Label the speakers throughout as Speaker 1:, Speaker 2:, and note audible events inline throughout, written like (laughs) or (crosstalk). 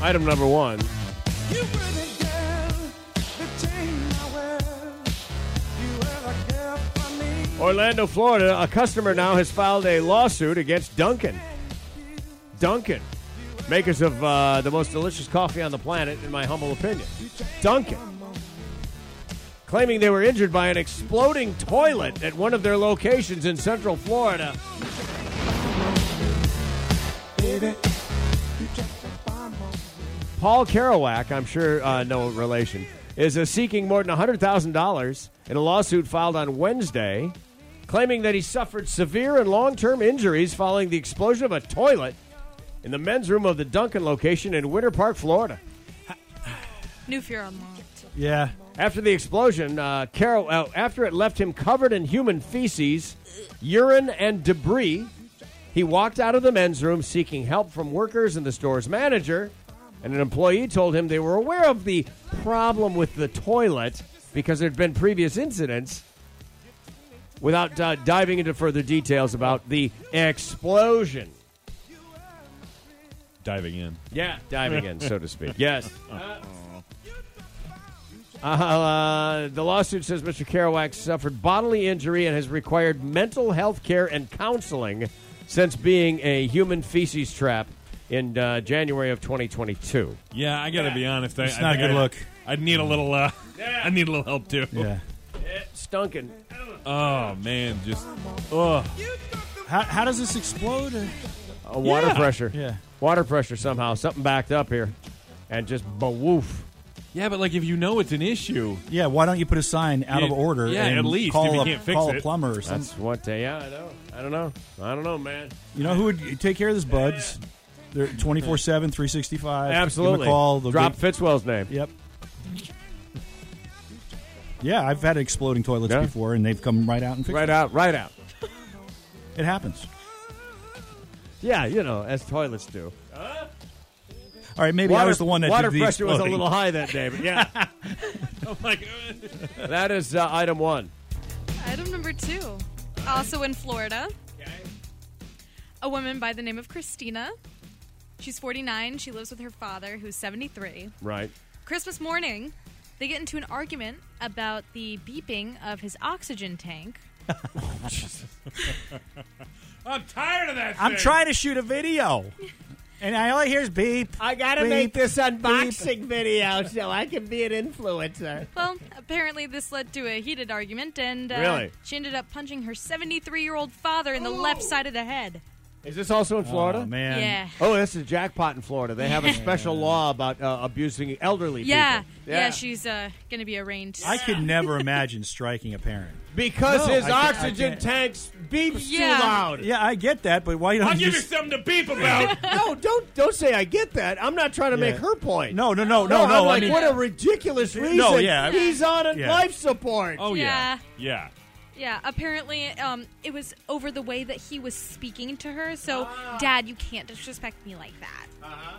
Speaker 1: Item number one. Orlando, Florida, a customer now has filed a lawsuit against Duncan. Duncan, makers of uh, the most delicious coffee on the planet, in my humble opinion. Duncan, claiming they were injured by an exploding toilet at one of their locations in Central Florida. Paul Kerouac, I'm sure uh, no relation, is uh, seeking more than $100,000 in a lawsuit filed on Wednesday, claiming that he suffered severe and long term injuries following the explosion of a toilet in the men's room of the Duncan location in Winter Park, Florida.
Speaker 2: New Fear Unlocked.
Speaker 3: Yeah.
Speaker 1: After the explosion, uh, Carol, uh, after it left him covered in human feces, urine, and debris, he walked out of the men's room seeking help from workers and the store's manager. And an employee told him they were aware of the problem with the toilet because there had been previous incidents. Without uh, diving into further details about the explosion.
Speaker 3: Diving in.
Speaker 1: Yeah, diving in, so to speak. Yes. (laughs) Uh, the lawsuit says Mr. Kerouac suffered bodily injury and has required mental health care and counseling since being a human feces trap in uh, January of 2022.
Speaker 3: Yeah, I gotta be honest. I,
Speaker 4: It's
Speaker 3: I
Speaker 4: not a
Speaker 3: think
Speaker 4: good
Speaker 3: I'd-
Speaker 4: look.
Speaker 3: I'd need a little. Uh, (laughs) I need a little help too.
Speaker 4: Yeah.
Speaker 1: Stunken.
Speaker 3: (laughs) Oh man, just oh
Speaker 4: How, how does this explode?
Speaker 1: Uh, water
Speaker 3: Yeah.
Speaker 1: pressure.
Speaker 4: Yeah.
Speaker 1: Water pressure somehow. Something backed up here. And just woof.
Speaker 3: yeah, but like if you know it's an issue,
Speaker 4: Yeah, why don't you put a sign out
Speaker 3: Yeah,
Speaker 4: of order?
Speaker 3: yeah,
Speaker 4: and
Speaker 3: at least,
Speaker 4: call
Speaker 3: if you
Speaker 4: a,
Speaker 3: can't fix
Speaker 4: call a
Speaker 3: it.
Speaker 4: plumber or something.
Speaker 1: That's what they. Yeah, I know. I don't know. I don't know, man.
Speaker 4: You know who would take care of this, buds? They're 24 7, 365. Give 'em a
Speaker 1: Absolutely.
Speaker 4: call. They'll
Speaker 1: Drop
Speaker 4: get-
Speaker 1: Fitzwell's name.
Speaker 4: Yep. Yeah, I've had exploding toilets
Speaker 1: Yeah.
Speaker 4: before, and they've come right out and fixed
Speaker 1: Right out. Right out.
Speaker 4: it. It happens.
Speaker 1: Yeah, you know, as toilets do.
Speaker 4: All right, maybe I was the one that
Speaker 1: water
Speaker 4: did the
Speaker 1: pressure was a
Speaker 4: exploding.
Speaker 1: little high that day, but yeah,
Speaker 3: I'm like
Speaker 1: that is uh, item one.
Speaker 2: Item number two. Also in Florida. A woman by the name of Christina. She's 49. She lives with her father, who's 73.
Speaker 1: Right.
Speaker 2: Christmas morning, they get into an argument about the beeping of his oxygen tank.
Speaker 3: I'm tired of that.
Speaker 4: I'm
Speaker 3: thing.
Speaker 4: trying to shoot a (laughs) video, and I all I hear is beep.
Speaker 1: I gotta
Speaker 4: Beep, make this unboxing
Speaker 1: video so I can be an influencer.
Speaker 2: Well, apparently this led to a heated argument, and uh,
Speaker 1: Really?
Speaker 2: she ended up punching her 73 year old father in the left side of the head.
Speaker 1: Is this also in Florida?
Speaker 4: Oh, man.
Speaker 2: yeah.
Speaker 1: Oh, this is a jackpot in Florida. They have a special law about uh, abusing elderly
Speaker 2: Yeah.
Speaker 1: people.
Speaker 2: yeah, she's uh, going to be arraigned.
Speaker 4: I could never imagine striking a parent.
Speaker 1: because
Speaker 4: No,
Speaker 1: his
Speaker 4: I can't- I
Speaker 1: oxygen
Speaker 4: can't.
Speaker 1: tanks
Speaker 2: (laughs)
Speaker 1: beeps
Speaker 2: Yeah.
Speaker 1: too loud.
Speaker 4: Yeah, I get that, but why don't
Speaker 3: I'll give
Speaker 4: you
Speaker 3: you
Speaker 4: just-
Speaker 3: something to beep about.
Speaker 1: No, don't don't say I get that. I'm not trying to
Speaker 4: Yeah.
Speaker 1: make her point.
Speaker 4: No, no, no, no, no.
Speaker 1: I'm
Speaker 4: I
Speaker 1: like,
Speaker 4: mean,
Speaker 1: what a ridiculous reason.
Speaker 4: No, yeah.
Speaker 1: he's on a
Speaker 4: Yeah.
Speaker 1: life support.
Speaker 3: oh
Speaker 2: Yeah.
Speaker 3: yeah,
Speaker 2: Yeah, apparently um, it was over the way that he was speaking to her. So,
Speaker 5: Ah.
Speaker 2: Dad, you can't disrespect me like that. Uh-huh.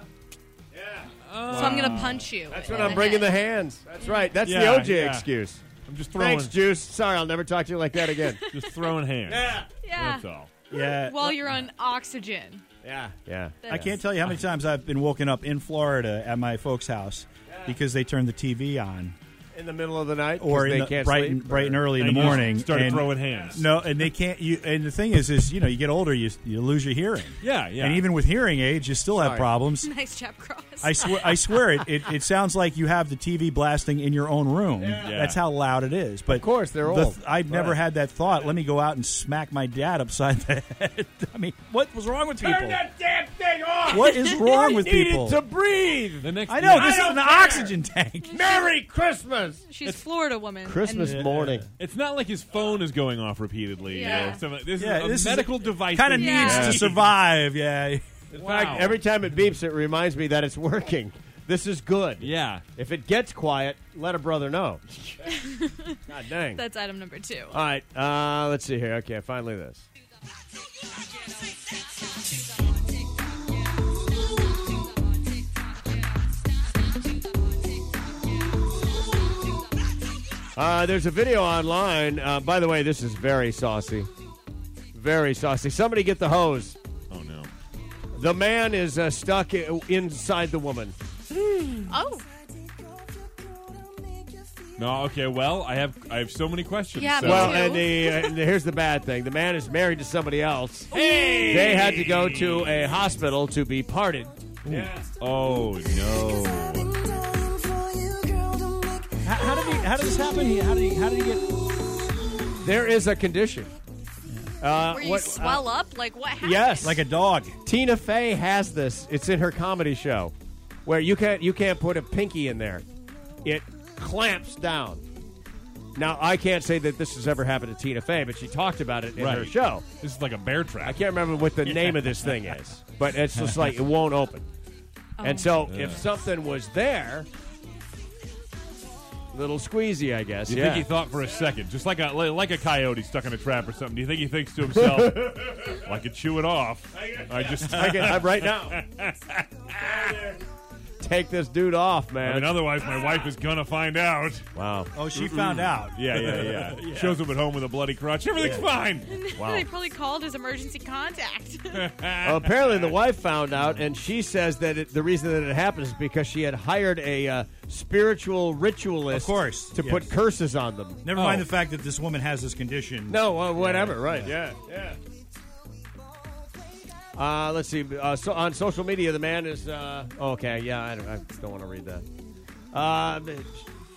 Speaker 2: Yeah. So I'm gonna punch you.
Speaker 1: That's when I'm bringing the hands. That's right. That's
Speaker 3: Yeah,
Speaker 1: the OJ
Speaker 3: yeah.
Speaker 1: excuse.
Speaker 3: I'm just throwing,
Speaker 1: Thanks, Juice. Sorry, I'll never talk to you like that
Speaker 4: (laughs)
Speaker 1: again.
Speaker 3: just throwing hands.
Speaker 1: yeah.
Speaker 2: Yeah. (laughs)
Speaker 3: That's all.
Speaker 4: yeah.
Speaker 2: While you're on oxygen.
Speaker 1: Yeah. Yeah.
Speaker 4: I can't tell you how many times I've been woken up in Florida at my folks' house because they turned the TV on
Speaker 1: In the middle of the night, 'cause
Speaker 4: or
Speaker 1: they
Speaker 4: in the
Speaker 1: can't
Speaker 4: bright,
Speaker 1: sleep.
Speaker 4: and, bright and early in
Speaker 3: And
Speaker 4: the
Speaker 3: you just
Speaker 4: morning.
Speaker 3: started
Speaker 4: and-
Speaker 3: throwing hands.
Speaker 4: No, and they can't. You and the thing is, is you know, you get older, you you lose your hearing.
Speaker 3: Yeah, yeah.
Speaker 4: And even with hearing aids, you still have
Speaker 1: Sorry.
Speaker 4: problems.
Speaker 2: Nice chap cross.
Speaker 4: I swear, I swear it, it. It sounds like you have the TV blasting in your own room.
Speaker 3: Yeah.
Speaker 4: That's how loud it is. But of
Speaker 1: course, they're old.
Speaker 4: I'd never
Speaker 1: Right.
Speaker 4: had that thought. Let me go out and smack my dad upside the head. (laughs) I mean, what was wrong with people?
Speaker 3: damn thing off.
Speaker 1: (laughs)
Speaker 4: What is wrong with
Speaker 1: needed
Speaker 4: people?
Speaker 1: to breathe.
Speaker 3: The next.
Speaker 4: I know
Speaker 3: yeah.
Speaker 4: this is
Speaker 3: I
Speaker 4: an
Speaker 3: don't care.
Speaker 4: oxygen
Speaker 1: (laughs)
Speaker 4: tank.
Speaker 1: Merry Christmas.
Speaker 2: She's Florida woman.
Speaker 1: Christmas
Speaker 2: and-
Speaker 1: morning.
Speaker 3: It's not like his phone is going off repeatedly. you
Speaker 2: Yeah.
Speaker 3: know. Some- this
Speaker 4: Yeah,
Speaker 3: is a
Speaker 4: this is-
Speaker 3: medical device.
Speaker 4: Kind of
Speaker 3: that you
Speaker 2: Yeah.
Speaker 4: needs to
Speaker 3: need.
Speaker 4: survive. Yeah.
Speaker 1: In
Speaker 3: Wow.
Speaker 1: fact, every time it beeps, it reminds me that it's working. This is good.
Speaker 3: Yeah.
Speaker 1: If it gets quiet, let a brother
Speaker 4: (laughs)
Speaker 1: know. God dang.
Speaker 2: That's item number two.
Speaker 1: All right, uh, let's see here. Okay, finally this. Uh, there's a video online. Uh, by the way, this is very saucy. Very saucy. Somebody get the hose.
Speaker 3: Oh no.
Speaker 1: The man is uh, stuck i- inside the woman.
Speaker 2: Oh,
Speaker 3: No. Okay. Well, I have I have so many questions.
Speaker 2: Yeah,
Speaker 3: so-
Speaker 2: me
Speaker 1: Well,
Speaker 2: too.
Speaker 1: and the, and here's the bad thing the man is married to somebody else. Hey! They had to go to a hospital to be parted.
Speaker 3: Oh no.
Speaker 4: How, how did he? How did this happen? He- How did he? How did he get?
Speaker 1: There is a condition. Uh,
Speaker 2: where you
Speaker 1: what-
Speaker 2: swell up? Like what happened? (laughs)
Speaker 1: yes,
Speaker 4: Like a dog.
Speaker 1: Tina Fey has this. It's in her comedy show, where you can't you can't put a pinky in there. It clamps down. Now I can't say that this has ever happened to Tina Fey, but she talked about it in her
Speaker 3: Right.
Speaker 1: show.
Speaker 3: This is like a bear trap.
Speaker 1: I can't remember what the name of this thing is, but it's just like it won't open. And
Speaker 2: Oh.
Speaker 1: so
Speaker 3: Yeah.
Speaker 1: if something was there, little squeezy, I guess.
Speaker 3: Do you
Speaker 1: yeah.
Speaker 3: think he thought for a second, just like a li- like a coyote stuck in a trap or something? Do you think he thinks to
Speaker 4: (laughs)
Speaker 3: himself, "I could chew it off"? I just,
Speaker 1: I can, I'm right now. (laughs) Take this dude
Speaker 3: (laughs)
Speaker 1: off,
Speaker 3: I
Speaker 1: man.
Speaker 3: mean, otherwise my wife is gonna find out.
Speaker 1: wow.
Speaker 4: Oh, she found out.
Speaker 3: Yeah, yeah, yeah. (laughs) Shows up at home with a bloody crotch. Everything's fine.
Speaker 2: they probably called as emergency contact.
Speaker 1: Well, apparently, the wife found out, and she says that it, the reason that it happened is because she had hired a uh, spiritual ritualist,
Speaker 4: Of course,
Speaker 1: to
Speaker 4: yes.
Speaker 1: put curses on them. Oh.
Speaker 4: Never mind
Speaker 3: Oh.
Speaker 4: the fact that this woman has this condition.
Speaker 1: No, uh, whatever, right? Yeah, yeah. Uh, let's see. Uh, so on social media, the man is uh, okay. Yeah, I don't, I don't want to read that. Uh,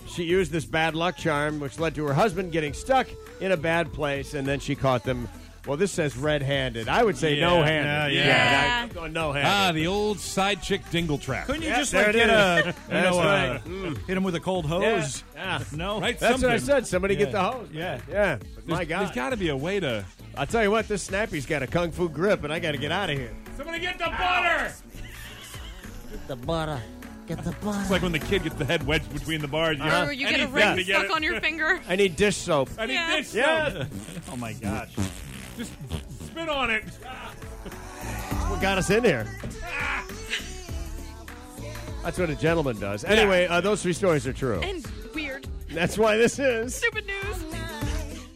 Speaker 1: she used this bad luck charm, which led to her husband getting stuck in a bad place, and then she caught them. Well, this says red-handed. I would say
Speaker 3: Yeah,
Speaker 1: no-handed.
Speaker 4: no, yeah.
Speaker 2: Yeah.
Speaker 1: I'm going no-handed.
Speaker 3: Ah, the old side chick dingle trap.
Speaker 4: Couldn't you
Speaker 1: Yeah,
Speaker 4: just
Speaker 1: there
Speaker 4: like
Speaker 1: it
Speaker 4: get a, you
Speaker 1: That's
Speaker 4: know,
Speaker 1: right.
Speaker 4: uh, hit him with a cold
Speaker 3: Uh,
Speaker 4: hose?
Speaker 1: Yeah.
Speaker 4: No,
Speaker 3: Right?
Speaker 1: That's what I
Speaker 3: Something.
Speaker 1: said. Somebody get the hose.
Speaker 4: Yeah.
Speaker 1: yeah. My God,
Speaker 3: There's got to be a way to.
Speaker 1: I'll tell you what. This snappy's got a kung fu grip, and I got to get out of here.
Speaker 3: Somebody get the butter.
Speaker 1: The butter. Get the butter.
Speaker 3: It's like when the kid gets the head wedged between the bars. You
Speaker 1: Uh-huh.
Speaker 2: (laughs)
Speaker 3: know,
Speaker 2: or you get a
Speaker 3: anything
Speaker 2: ring
Speaker 3: to get
Speaker 2: stuck
Speaker 3: it.
Speaker 2: on
Speaker 3: (laughs)
Speaker 2: your finger. (laughs)
Speaker 1: I need dish soap.
Speaker 3: I need
Speaker 2: Yeah.
Speaker 3: this. (laughs)
Speaker 1: Yeah,
Speaker 4: Oh my gosh.
Speaker 3: Just spit on it.
Speaker 1: what got us in here? That's what a gentleman does. Anyway, uh, those three stories are true.
Speaker 2: And weird,
Speaker 1: That's why this is
Speaker 2: stupid